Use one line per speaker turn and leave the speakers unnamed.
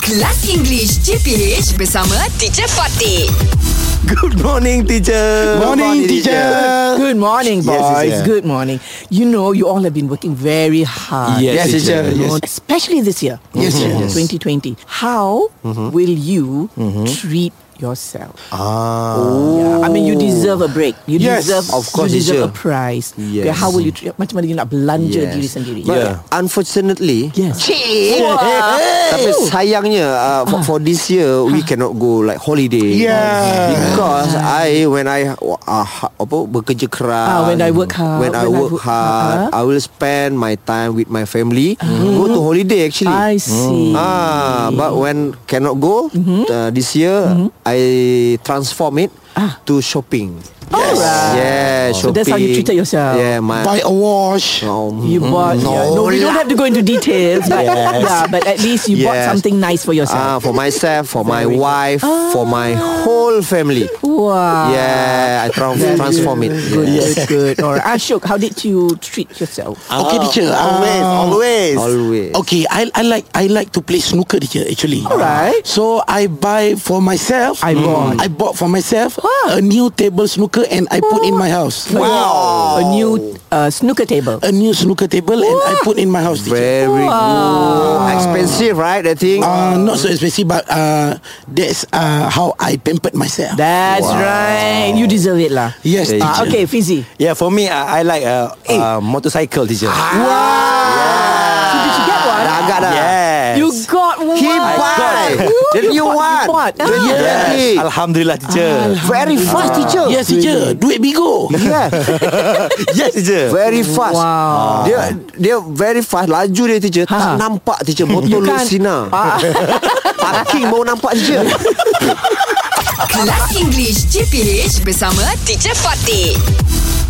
Kelas English CPH bersama Teacher Fatih.
Good morning, teacher.
Morning, teacher.
Good morning,
Yes,
boys.
teacher.
Good morning. You know, you all have been working very hard.
Yes,
Yes, teacher.
teacher.
Yes.
Especially this year.
Yes, Mhm. yes. Mm-hmm.
2020. How will you treat yourself?
Ah.
Yeah, I mean, you deserve a break. You
Yes.
deserve,
Of course,
you deserve
teacher.
a prize.
Yes.
Okay, how will you treat? Macam mana you nak belanja diri sendiri?
But unfortunately,
Yes.
Cik.
Wah.
Tapi sayangnya uh,
Ah.
for, for this year we cannot go like holiday.
Yeah.
Because I when I uh, ha- apa bekerja keras.
Ah, when I work hard,
When, I
when I
work
work
hard,
hard. Ah.
I will spend my time with my family. Go to holiday actually.
I see.
Mm.
Ah, but when cannot go
Mm-hmm.
uh, this year, I transform it to shopping. Yes. Yeah,
Ah. So
shopping.
that's how you treated yourself.
Yeah, my
Buy a wash.
um,
You bought
No
yeah. no we don't
Mm.
lah.
have to go into details but yeah but at least you bought
Yes.
something nice for
Ah,
yourself.
for myself, for my
Very good. Ah.
wife, for my whole family.
wow.
Yeah, I tra-
Very
transform it.
Good,
Yeah.
good, good. Or Ashok, how did you treat yourself?
Okay, teacher.
Oh,
Always,
Ah.
always.
Always.
Okay, I I like I like to play snooker, teacher. Actually,
Alright.
So I buy for myself. Mm.
I bought.
I bought for myself a new table snooker, and I put in my house.
Wow. A new uh, snooker table.
A new snooker table, and I put in my house. Teacher.
Very good.
Ah.
Expensive, right? That thing.
Uh, not so expensive, but uh, that's uh, how I pampered myself.
That's right. You deserve it lah.
yes, teacher.
Ah, okay, Fizzy.
Yeah, for me, I, I like uh, uh, motorcycle teacher.
So did you get one?
Dah agak Ah. dah.
Yes.
You got one.
He buy. Then you
bought,
want.
you bought.
Then
Ah.
you
yes.
get it.
Alhamdulillah teacher.
Very fast, teacher.
Yes, teacher. Duit bigo.
Yeah.
yes teacher.
Very fast.
Wow.
Dia dia very fast laju dia teacher. Tak
Ha.
nampak teacher motor
You can't-
Lucina.
Ah,
Parking baru nampak teacher.
Kelas English CPH bersama Teacher Fatih.